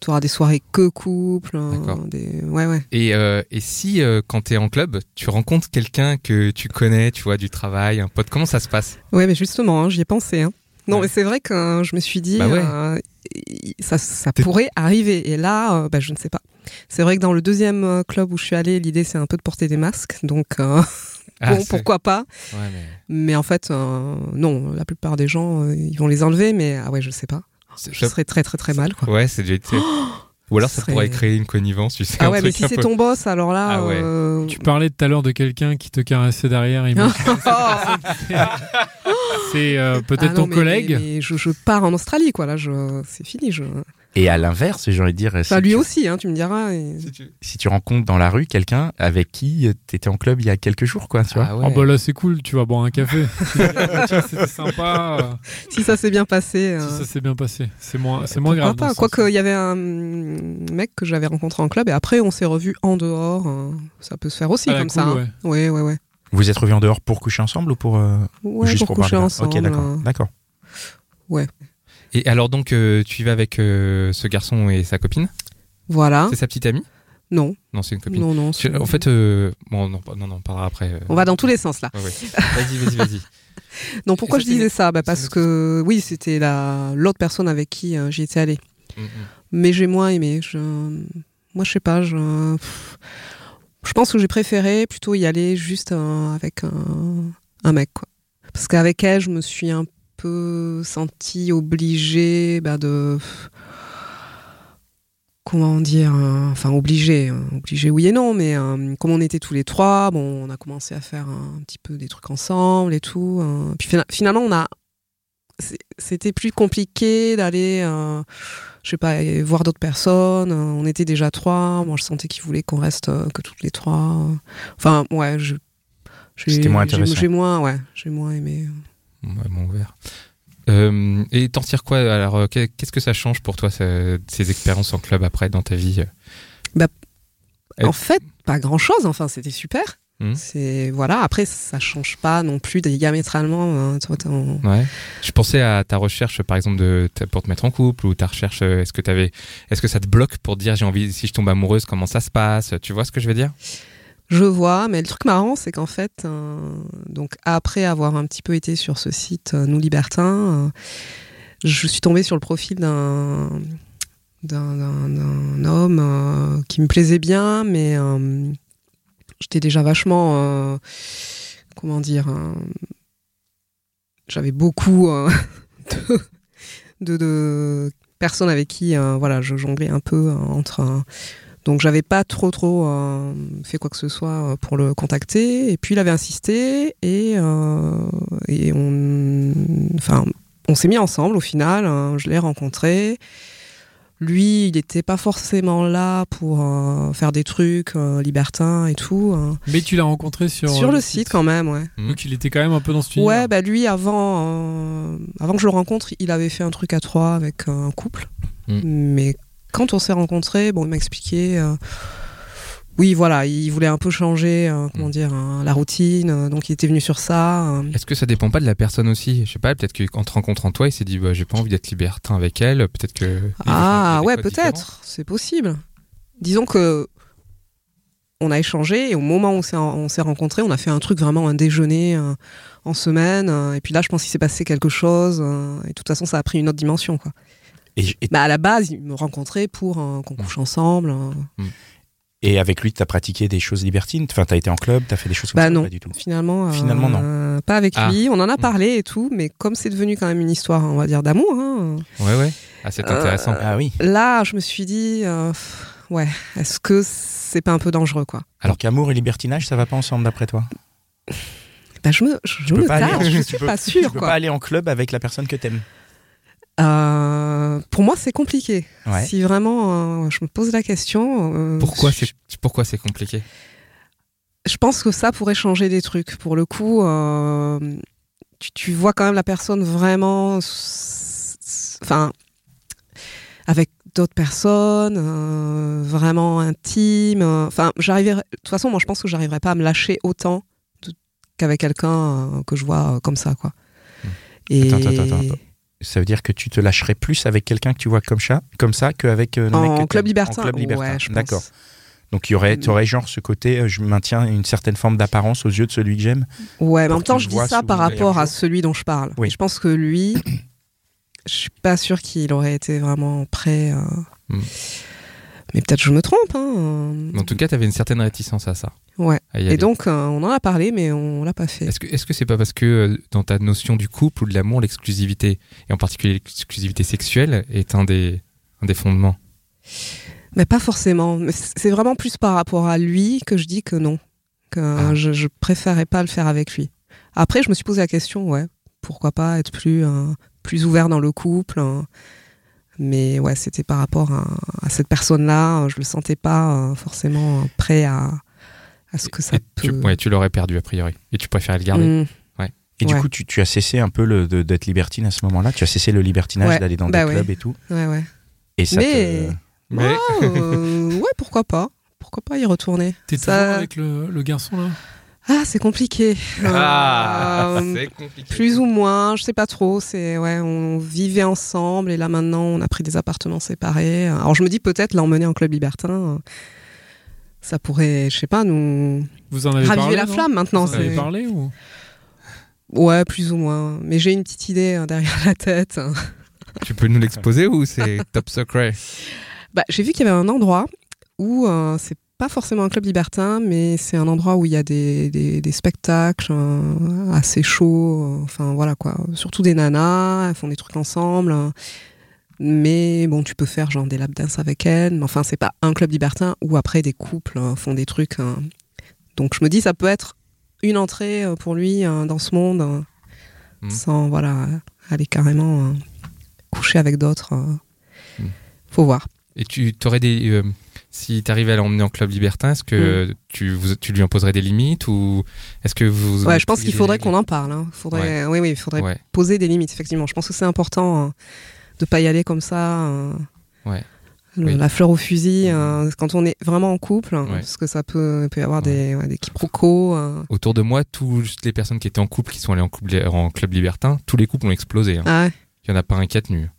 tu auras des soirées que couple. euh, D'accord. des... Ouais, ouais. Et, euh, et si, euh, quand t'es en club, tu rencontres quelqu'un que tu connais, tu vois, du travail, un pote, comment ça se passe Ouais, mais justement, hein, j'y ai pensé. hein. Non, Ouais. mais c'est vrai que euh, je me suis dit, Bah ouais. euh, y- ça, ça T'es- pourrait arriver. Et là, euh, bah, je ne sais pas. C'est vrai que dans le deuxième euh, club où je suis allée, l'idée c'est un peu de porter des masques. Donc, euh, Ah, bon, c'est- pourquoi pas Ouais, mais Mais en fait, euh, non, la plupart des gens, euh, ils vont les enlever. Mais ah ouais, je sais pas. c'est- Je serais très, très, très mal. Quoi. Ouais, c'est déjà été. Ou alors ça Ce serait- pourrait créer une connivence, tu sais. Ah un ouais, mais truc si un c'est peu- ton boss, alors là. Ah ouais. euh, Tu parlais tout à l'heure de quelqu'un qui te caressait derrière. il me- c'est euh, peut-être Ah Oh. non, ton mais- collègue. mais je, je pars en Australie, quoi. Là, je, c'est fini. Je... Et à l'inverse, j'ai envie de dire. Enfin, si lui tu- aussi, hein, tu me diras. et- si tu rencontres dans la rue quelqu'un avec qui t'étais en club il y a quelques jours, quoi, tu vois. Ah ouais. Ah bah là c'est cool, tu vas boire un café. Tu vas dire, Ah, tiens, C'était sympa, Si ça s'est bien passé. euh, euh, si ça s'est bien passé. C'est moins, c'est moins grave. Pourquoi pas dans ce Quoique, sens. il y avait un mm, mec que j'avais rencontré en club et après, on s'est revus en dehors. hein. Ça peut se faire aussi Ah, À la comme cool, ça. ouais. hein. Ouais, ouais, ouais. Vous êtes revenus en dehors pour coucher ensemble ou pour euh, ou Ouais, juste pour, pour, coucher parler ensemble. Ok, d'accord. hein. D'accord. Et alors donc euh, tu y vas avec euh, ce garçon et sa copine Voilà. C'est sa petite amie Non, Non, c'est une copine. Hein? non, non. Tu- c'est- En fait, euh, bon, non, non, non, on en parlera après. euh. On va dans tous les sens là. Ouais, ouais. Vas-y, vas-y, vas-y. Non, pourquoi Et je ça, c'est disais une- ça bah, c'est une Parce autre que oui, c'était la... l'autre personne avec qui euh, j'y étais allée. Mm, mm. mais j'ai moins aimé. Je... Moi, je sais pas. Je, pff. je pense que j'ai préféré plutôt y aller juste euh, avec un, un mec, quoi. Parce qu'avec elle, je me suis un peu sentie obligée bah, de. Comment dire euh, Enfin, obligée. euh, Obligée, oui et non, mais euh, comme on était tous les trois, bon, on a commencé à faire un petit peu des trucs ensemble et tout. euh. Puis fina- finalement, on a. c'est- C'était plus compliqué d'aller. euh, je sais pas, aller voir d'autres personnes. Euh, On était déjà trois. Moi, je sentais qu'ils voulaient qu'on reste euh, que toutes les trois. hein. Enfin, ouais, je. j'ai- C'était moins j'ai- intéressant. J'ai moins, ouais, j'ai moins aimé. Ouais, mon verre. Euh, et t'en tires quoi Alors, euh, qu'est- qu'est-ce que ça change pour toi, ce- ces expériences en club après dans ta vie euh Et- En fait, pas grand chose. Enfin, c'était super. Mhm. C'est voilà. Après, ça change pas non plus diamétralement. hein. Toi, t'es en- Ouais. Je pensais à ta recherche, par exemple, de, ta- pour te mettre en couple ou ta recherche. euh, Est-ce que t'avais, est-ce que ça te bloque pour dire j'ai envie si je tombe amoureuse comment ça se passe Tu vois ce que je veux dire Je vois, mais le truc marrant, c'est qu'en fait, euh, donc après avoir un petit peu été sur ce site euh, Nous Libertins, euh, je suis tombée sur le profil d'un d'un- d'un d'un homme euh, qui me plaisait bien, mais euh, j'étais déjà vachement, euh, comment dire, euh, j'avais beaucoup euh, de, de, de personnes avec qui euh, voilà, je jonglais un peu euh, entre. euh, donc j'avais pas trop trop euh, fait quoi que ce soit euh, pour le contacter. Et puis il avait insisté et, euh, et on, enfin, on s'est mis ensemble au final. hein. je l'ai rencontré. Lui, il n'était pas forcément là pour euh, faire des trucs euh, libertins et tout. hein. Mais tu l'as rencontré sur, Sur le site quand même, ouais. Donc il était quand même un peu dans ce Ouais, univers. bah lui, avant, euh, avant que je le rencontre, il avait fait un truc à trois avec euh, un couple. Mm. Mais quand on s'est rencontrés, bon, il m'a expliqué. euh, oui, voilà, il voulait un peu changer, euh, comment Mm. dire, hein, la routine. euh, donc il était venu sur ça. euh. Est-ce que ça dépend pas de la personne aussi Je sais pas, peut-être qu'en te rencontrant toi, il s'est dit bah, j'ai pas envie d'être libertin avec elle, peut-être que. il veut ah changer des ouais, codes différents. peut-être, c'est possible. Disons que on a échangé et au moment où on s'est- on s'est rencontrés, on a fait un truc vraiment un déjeuner euh, en semaine. euh, et puis là, je pense qu'il s'est passé quelque chose. euh, et de toute façon, ça a pris une autre dimension, quoi. Et, j- et- Bah à la base, ils me rencontraient pour euh, qu'on couche ensemble. euh. et avec lui, t'as pratiqué des choses libertines Enfin, t'as été en club, t'as fait des choses comme Bah ça ou non. Pas du tout. Finalement, euh, Finalement, non. Mm. euh, pas avec Ah. lui. On en a parlé et tout, mais comme c'est devenu quand même une histoire, on va dire d'amour, hein, Ouais, ouais. Ah, c'est Euh, intéressant. Ah oui. là, je me suis dit, euh, pff, ouais, est-ce que c'est pas un peu dangereux, quoi Alors- Alors qu'amour et libertinage, ça va pas ensemble d'après toi bah, je me, je Tu me peux pas tâte, aller- je tu suis peux- pas Tu sûre, peux quoi. pas aller en club avec la personne que t'aimes. Euh, pour moi, c'est compliqué. Ouais. Si vraiment, euh, je me pose la question. euh, Pourquoi je- c'est pourquoi c'est compliqué je pense que ça pourrait changer des trucs. Pour le coup, euh, tu, tu vois quand même la personne vraiment, s- s- enfin, avec d'autres personnes, euh, vraiment intime. euh, Enfin, j'arriverai. De toute façon, moi, je pense que j'arriverai pas à me lâcher autant de- qu'avec quelqu'un euh, que je vois euh, comme ça, quoi. Et Attends, attends, attends, attends. Ça veut dire que tu te lâcherais plus avec quelqu'un que tu vois comme ça, comme ça qu'avec euh, le mec que en t'aimes. club libertin, En club libertin. ouais, je pense. D'accord. Donc il y aurait, t'aurais genre ce côté, euh, je maintiens une certaine forme d'apparence aux yeux de celui que j'aime. Ouais, mais en Pour même temps, qu'il je le dis voie ça sous par le meilleur rapport à jour. celui dont je parle. Oui. Et Je pense que lui, je suis pas sûre qu'il aurait été vraiment prêt. euh. Hmm. Mais peut-être je me trompe. hein. En tout cas, t'avais une certaine réticence à ça. Ouais. à y aller. Et donc, euh, on en a parlé, mais on l'a pas fait. Est-ce que est-ce que c'est pas parce que euh, dans ta notion du couple ou de l'amour, l'exclusivité et en particulier l'exclusivité sexuelle est un des un des fondements Mais pas forcément. Mais c- C'est vraiment plus par rapport à lui que je dis que non. Que euh, Ah. je, je préférais pas le faire avec lui. Après, je me suis posé la question, ouais, pourquoi pas être plus, euh, plus ouvert dans le couple. hein. Mais ouais, c'était par rapport à, à cette personne-là. euh, Je le sentais pas euh, forcément euh, prêt à, à ce que ça Et peut. tu, ouais, tu l'aurais perdu a priori et tu préfères le garder. Mm. Et du Ouais. coup, tu, tu as cessé un peu le- de- d'être libertine à ce moment-là. Tu as cessé le libertinage Ouais. d'aller dans Bah des ouais. clubs et tout. Ouais, ouais. Et ça Mais- te- Mais Ouais, euh, ouais, pourquoi pas Pourquoi pas y retourner T'es Ça- toujours avec le, le garçon là Ah, c'est compliqué. Ah, Euh, compliqué. Plus ou moins, je sais pas trop. C'est ouais, on vivait ensemble et là maintenant on a pris des appartements séparés. Alors je me dis peut-être l'emmener en club libertin, euh, ça pourrait, je sais pas, nous Vous en avez raviver parlé la non flamme maintenant. Vous en avez c'est- parlé ou Ouais, plus ou moins. Mais j'ai une petite idée euh, derrière la tête. Tu peux nous l'exposer ou c'est top secret Bah, j'ai vu qu'il y avait un endroit où euh, c'est pas forcément un club libertin, mais c'est un endroit où il y a des, des- des spectacles euh, assez chauds. euh, enfin voilà quoi. Surtout des nanas, elles font des trucs ensemble. euh. mais bon, tu peux faire genre des lap dance avec elles. Mais enfin, c'est pas un club libertin où après des couples euh, font des trucs. euh. donc je me dis, ça peut être une entrée euh, pour lui euh, dans ce monde, euh, Mhm. sans voilà aller carrément euh, coucher avec d'autres. euh. Mhm. Faut voir. Et tu t'aurais des euh, si t'arrivais à l'emmener en club libertin, est-ce que Mm. tu vous- tu lui imposerais des limites ou est-ce que vous Ouais, je pense qu'il faudrait qu'on en parle. hein. Faudrait, oui, oui, il faudrait Ouais. poser des limites, effectivement. Je pense que c'est important hein, de pas y aller comme ça. euh, Ouais. le- Oui. La fleur au fusil, Mhm. hein, quand on est vraiment en couple, hein, Ouais. parce que ça peut, il peut y avoir des, ouais, des quiproquos. hein. Autour de moi, toutes les personnes qui étaient en couple, qui sont allées en, couple, en club libertin, tous les couples ont explosé. hein. Ah ouais. Il n'y en a pas un qui a tenu.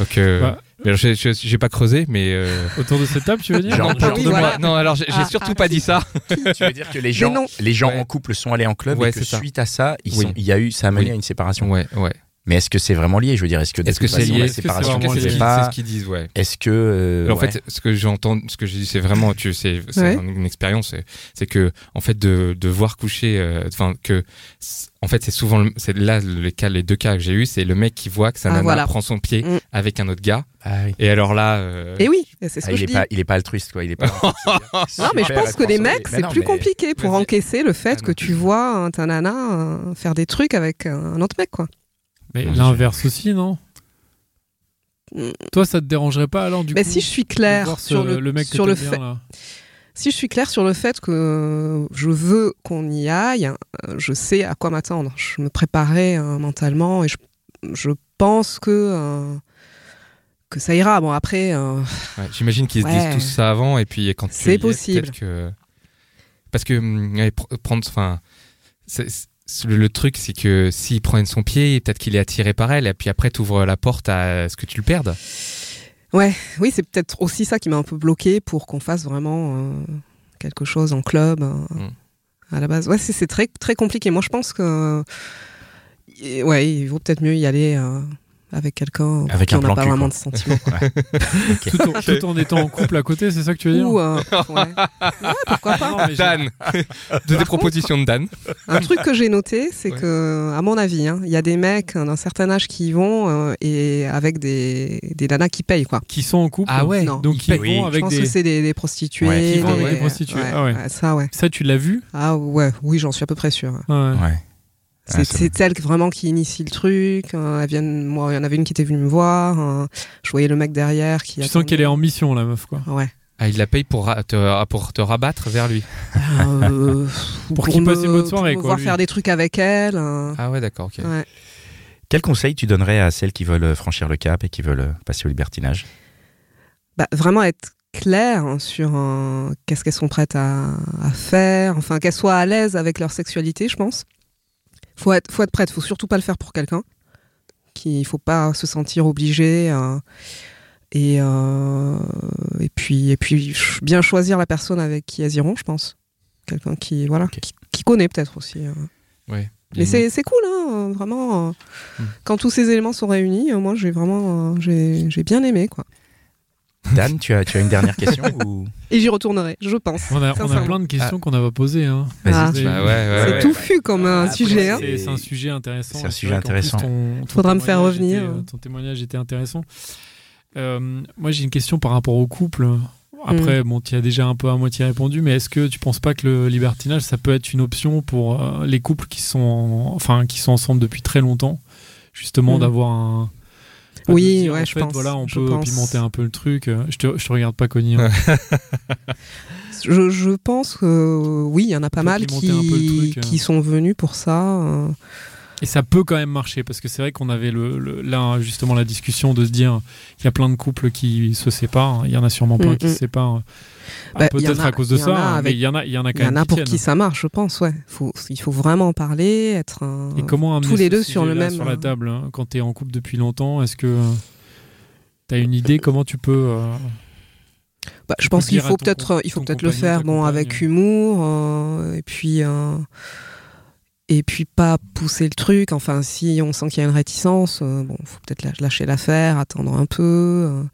Donc, euh, Bah. mais alors, j'ai- j'ai j'ai pas creusé, mais. euh, Autour de cette table, tu veux dire Genre- Non, genre- oui, de moi. voilà. Non, alors j'ai j'ai Ah, surtout ah, pas dit ça. Tu veux dire que les gens, noms. les gens Ouais. en couple sont allés en club Ouais, et que c'est ça. suite à ça, ils Oui. sont- il y a eu, ça a mené Oui. à une séparation. Ouais, ouais. Mais est-ce que c'est vraiment lié Je veux dire, est-ce que de Est-ce que toute c'est façon, lié la Est-ce que c'est séparation, vraiment c'est Bah, c'est lié c'est pas ce qu'ils disent, ouais. Est-ce que euh, Et en ouais. fait, ce que j'entends, ce que j'ai dit, c'est vraiment, tu sais, c'est Ouais. un- une expérience, c'est- c'est que, en fait, de, de voir coucher, euh, enfin, que, c'est- en fait, c'est souvent, le- c'est là, le cas, les deux cas que j'ai eu, c'est le mec qui voit que sa Ah, nana voilà. prend son pied Mm. avec un autre gars. Ah oui. Et alors là, euh, Et oui, c'est ce Ah, que il je est dis. pas, il est pas altruiste quoi. Il est pas. Non, mais je pense que les mecs, c'est plus compliqué pour Vas-y. encaisser le fait Ah, que non. tu vois un, ta nana euh, faire des trucs avec un autre mec, quoi. Mais Mmh. l'inverse aussi, non Mmh. Toi, ça te dérangerait pas alors du Mais coup Bah, si je suis de claire voir ce- sur le, mec que sur le t'aimes fait, bien, là si je suis claire sur le fait que je veux qu'on y aille, euh, je sais à quoi m'attendre. Je me préparais euh, mentalement et je, je pense que euh, que ça ira. Bon après, euh, ouais, j'imagine qu'ils se Ouais. disent tout ça avant, et puis quand tu C'est y es, possible. peut-être que- parce que hum, ouais, pr- prendre, enfin, c'est- c'est- le, le truc, c'est que s'il prend son pied, peut-être qu'il est attiré par elle, et puis après, t'ouvres la porte à ce que tu le perdes. oui, c'est peut-être aussi ça qui m'a un peu bloqué pour qu'on fasse vraiment euh, quelque chose en club euh, Mm. à la base. Ouais, c'est c'est très très compliqué. Moi, je pense que euh, ouais, il vaut peut-être mieux y aller. euh, avec quelqu'un pour Avec qui un on n'a plan pas cul, vraiment quoi. de sentiments. tout, en, tout en étant en couple à côté, c'est ça que tu veux dire Ou, euh, ouais. Ouais, pourquoi pas. Non, mais j'ai- Dan De des propositions de Dan. Un truc que j'ai noté, c'est Ouais. que, à mon avis, hein, il y a des mecs hein, d'un certain âge qui y vont euh, et avec des, des nanas qui payent, quoi. Qui sont en couple Ah ouais Non. Donc Ils ils payent. vont Je avec pense des. que c'est des, des prostituées. Ouais, qui vont avec des- des prostituées. ouais, Ah ouais. ouais, Ça, ouais. Ça, tu l'as vu Ah ouais, oui, j'en suis à peu près sûre. Ouais. Ouais. C'est Ah, ça- c'est elle que- vraiment qui initie le truc. euh, elles viennent, moi, il y en avait une qui était venue me voir. euh, je voyais le mec derrière qui. Tu sens qu'elle est en mission, la meuf, quoi. Ouais. Ah, il la paye pour, ra- te, ra- pour te rabattre vers lui. Euh, ou Pour qu'il passe me- une bonne soirée, Pour me quoi, voir lui. faire des trucs avec elle. euh, Ah ouais, d'accord, ok. ouais. Quel conseil tu donnerais à celles qui veulent euh, franchir le cap et qui veulent euh, passer au libertinage bah, vraiment être clair hein, sur euh, qu'est-ce qu'elles sont prêtes à, à faire, enfin qu'elles soient à l'aise avec leur sexualité, je pense. Faut être, faut être prête, faut surtout pas le faire pour quelqu'un. Qu'il faut pas se sentir obligé. euh, et, euh, et puis, et puis ch- bien choisir la personne avec qui elles iront, je pense. Quelqu'un qui, voilà, Ok. qui, qui connaît peut-être aussi. euh. Ouais. Mais c'est c'est cool, hein, euh, vraiment. euh, Mm. Quand tous ces éléments sont réunis, euh, moi j'ai vraiment, euh, j'ai j'ai bien aimé quoi. Dan, tu as, tu as une dernière question ou Et j'y retournerai, je pense. On a, on a Sincèrement. plein de questions qu'on n'a pas posées. hein. Vas-y, Ah. tu- Bah ouais, ouais, C'est ouais. touffu comme un Après, sujet. Hein. C'est c'est un sujet intéressant. C'est un Et sujet vrai qu'en plus, intéressant. ton- ton Faudra me faire témoignage revenir, hein. était, ouais. euh, ton témoignage était intéressant. Euh, moi, j'ai une question par rapport au couple. Après, Mm. bon, tu as déjà un peu à moitié répondu, mais est-ce que tu penses pas que le libertinage, ça peut être une option pour euh, les couples qui sont, en- enfin, qui sont ensemble depuis très longtemps, justement Mm. d'avoir un enfin, Oui, de dire, ouais, en je fait, pense, Voilà, on je peut pense. pimenter un peu le truc. Euh, Je te, je te regarde pas, Connie. hein. Je, je pense que euh, oui, il y en a pas Faut mal pimenter un peu le qui, truc, euh. qui sont venus pour ça. euh. Et ça peut quand même marcher parce que c'est vrai qu'on avait le, le- là justement la discussion de se dire il y a plein de couples qui se séparent, hein. il y en a sûrement plein Mm, qui mm. se séparent Ah, Bah, il y peut-être en a- à cause de il y en ça, a hein, avec- mais il y en a il y en a Il y quand en même a qui pour tiennent. hein. qui ça marche, je pense. Ouais, faut, il faut vraiment en parler, être. euh, Et comment amener tous les ce deux sur le sujet-là même, sur la hein. table hein, quand tu es en couple depuis longtemps, est-ce que tu as une idée comment tu peux euh, bah, je tu pense peux qu'il dire à faut ton peut-être, com- euh, il faut ton peut-être le compagnon, faire, ta bon, compagne. avec humour, euh, et puis. euh, et puis pas pousser le truc. Enfin, si on sent qu'il y a une réticence, euh, bon, faut peut-être lâ- lâcher l'affaire, attendre un peu. euh.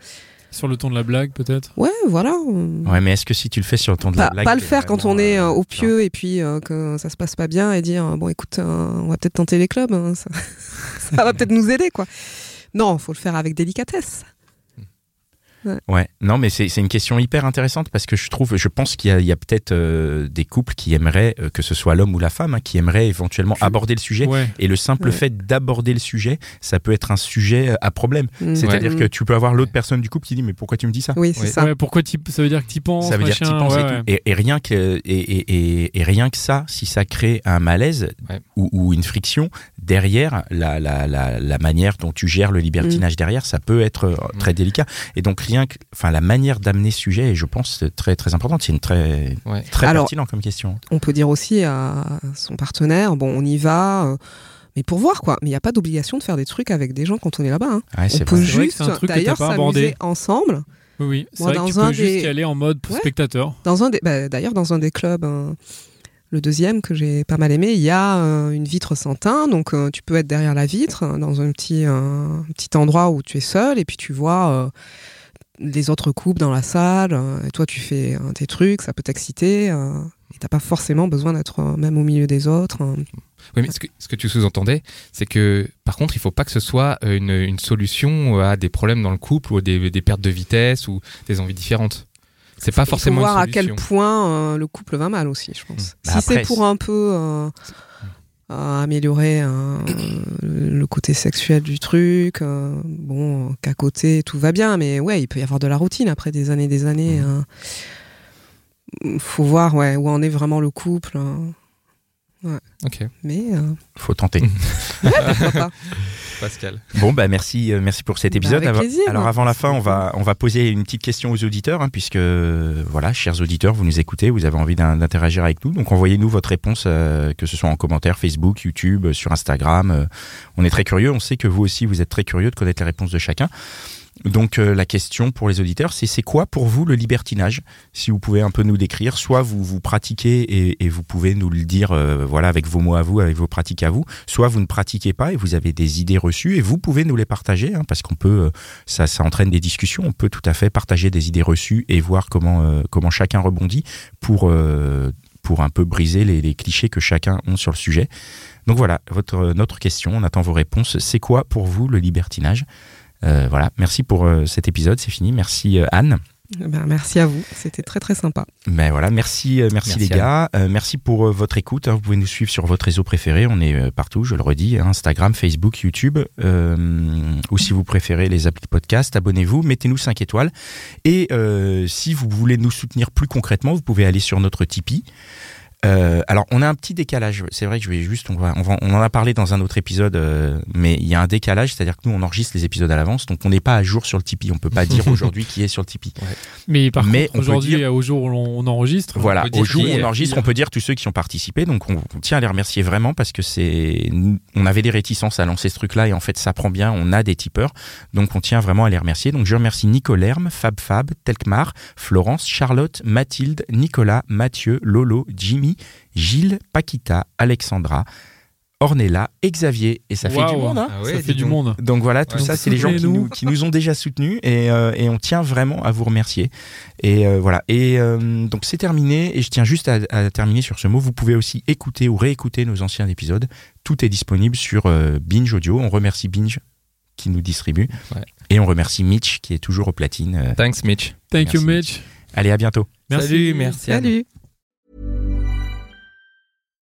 sur le ton de la blague peut-être Ouais, voilà. euh. Ouais, mais est-ce que si tu le fais sur le ton de la pas, blague, Bah, pas le t'es faire quand vraiment, on est euh, euh, au pieu et puis euh, que ça se passe pas bien et dire euh, bon écoute euh, on va peut-être tenter les clubs hein, ça, ça va peut-être nous aider quoi non faut le faire avec délicatesse Ouais, non, mais c'est c'est une question hyper intéressante parce que je trouve, je pense qu'il y a, il y a peut-être euh, des couples qui aimeraient, euh, que ce soit l'homme ou la femme, hein, qui aimeraient éventuellement aborder le sujet. Ouais. Et le simple Ouais. fait d'aborder le sujet, ça peut être un sujet euh, à problème. Mm. C'est-à-dire que tu peux avoir l'autre personne du couple qui dit mais pourquoi tu me dis ça oui c'est Ouais. ça Ouais, pourquoi t'y- ça veut dire que tu penses Ça veut dire machin, t'y penses ouais, et, ouais. tout. Et, et rien que et, et- et- et rien que ça, si ça crée un malaise Ouais. ou, ou une friction derrière la, la, la, la manière dont tu gères le Mm. libertinage derrière, ça peut être euh, Mm. très délicat. Et donc rien que, enfin la manière d'amener ce sujet, est, je pense c'est très très importante. C'est une très Ouais. très Alors- pertinent comme question. on peut dire aussi à son partenaire bon on y va euh, mais pour voir quoi mais il n'y a pas d'obligation de faire des trucs avec des gens quand on est là-bas hein. Ouais, on c'est peut vrai. Ah, C'est vrai que juste c'est un truc que t'as d'ailleurs pas s'amuser abordé. ensemble Oui, oui. c'est Moi, vrai que tu dans un peux juste des- y aller en mode Ouais. spectateur. dans un des bah, d'ailleurs dans un des clubs hein, le deuxième que j'ai pas mal aimé, il y a euh, une vitre sans teint, donc euh, tu peux être derrière la vitre euh, dans un petit, un petit endroit où tu es seul et puis tu vois euh, les autres couples dans la salle, euh, et toi tu fais euh, tes trucs, ça peut t'exciter, euh, et t'as pas forcément besoin d'être euh, même au milieu des autres. hein. Oui, mais ce que, ce que tu sous-entendais, c'est que par contre, il faut pas que ce soit euh, une, une solution euh, à des problèmes dans le couple ou des, des pertes de vitesse ou des envies différentes. C'est pas Il faut forcément voir une à quel solution. Hmm. point euh, le couple va mal aussi, je pense. Bah si après, c'est pour un peu euh, euh, améliorer euh, le côté sexuel du truc, euh, bon, euh, qu'à côté tout va bien, mais ouais, il peut y avoir de la routine après des années, des années. Hmm. euh. faut voir ouais, où en est vraiment le couple. hein. Ok, Mais euh, Faut tenter. pourquoi pas Pascal. Bon, bah merci, euh, merci pour cet Bah, épisode. avec Ava- plaisir. Alors avant la fin, on va, on va poser une petite question aux auditeurs, hein, puisque euh, voilà, chers auditeurs, vous nous écoutez, vous avez envie d'in- d'interagir avec nous, donc envoyez-nous votre réponse, euh, que ce soit en commentaire Facebook, YouTube, euh, sur Instagram. euh, on est très curieux, on sait que vous aussi, vous êtes très curieux de connaître les réponses de chacun. Donc euh, la question pour les auditeurs, c'est c'est quoi pour vous le libertinage Si vous pouvez un peu nous décrire, soit vous vous pratiquez et, et vous pouvez nous le dire, euh, voilà, avec vos mots à vous, avec vos pratiques à vous, soit vous ne pratiquez pas et vous avez des idées reçues et vous pouvez nous les partager hein, parce qu'on peut, euh, ça, ça entraîne des discussions. On peut tout à fait partager des idées reçues et voir comment euh, comment chacun rebondit pour euh, pour un peu briser les, les clichés que chacun ont sur le sujet. Donc voilà, votre euh, notre question. On attend vos réponses. C'est quoi pour vous le libertinage Euh, Voilà. Merci pour euh, cet épisode. C'est fini. Merci euh, Anne. Ben, merci à vous, c'était très très sympa. Ben voilà, merci, euh, merci, Merci les à gars, Euh, merci pour euh, votre écoute. hein. Vous pouvez nous suivre sur votre réseau préféré, on est euh, partout, je le redis, hein, Instagram, Facebook, YouTube, Euh, ou si vous préférez les applis de podcast, abonnez-vous, mettez-nous 5 étoiles. Et euh, si vous voulez nous soutenir plus concrètement, vous pouvez aller sur notre Tipeee. Euh, alors on a un petit décalage, c'est vrai que je vais juste, on, va, on, va- on en a parlé dans un autre épisode, euh, mais il y a un décalage, c'est-à-dire que nous on enregistre les épisodes à l'avance, donc on n'est pas à jour sur le Tipeee, on peut pas dire aujourd'hui qui est sur le Tipeee. Mais par Mais on contre, peut aujourd'hui, dire- au jour où l'on on enregistre, Voilà, On peut au dire jour où qui on est- enregistre, on peut dire tous ceux qui ont participé. Donc, on, on tient à les remercier vraiment parce que c'est, on avait des réticences à lancer ce truc-là et en fait, ça prend bien. On a des tipeurs. Donc, on tient vraiment à les remercier. Donc, je remercie Nico Lerme, Fab Fab, Telkmar, Florence, Charlotte, Mathilde, Nicolas, Mathieu, Lolo, Jimmy, Gilles, Paquita, Alexandra, Ornella et Xavier. Et ça fait du Waouh. monde, hein Ah ça fait du monde. donc voilà, tout Ouais. ça, Donc c'est les gens qui soutenez-nous. nous, qui nous ont déjà soutenus et, euh, et on tient vraiment à vous remercier. Et euh, voilà. Et euh, donc c'est terminé. Et je tiens juste à, à terminer sur ce mot. Vous pouvez aussi écouter ou réécouter nos anciens épisodes. Tout est disponible sur euh, Binge Audio. On remercie Binge qui nous distribue Ouais. et on remercie Mitch qui est toujours aux platines. Euh, Thanks, Mitch. Thank you, Merci. Mitch. Allez, à bientôt. Merci. Salut, merci. Anne. Salut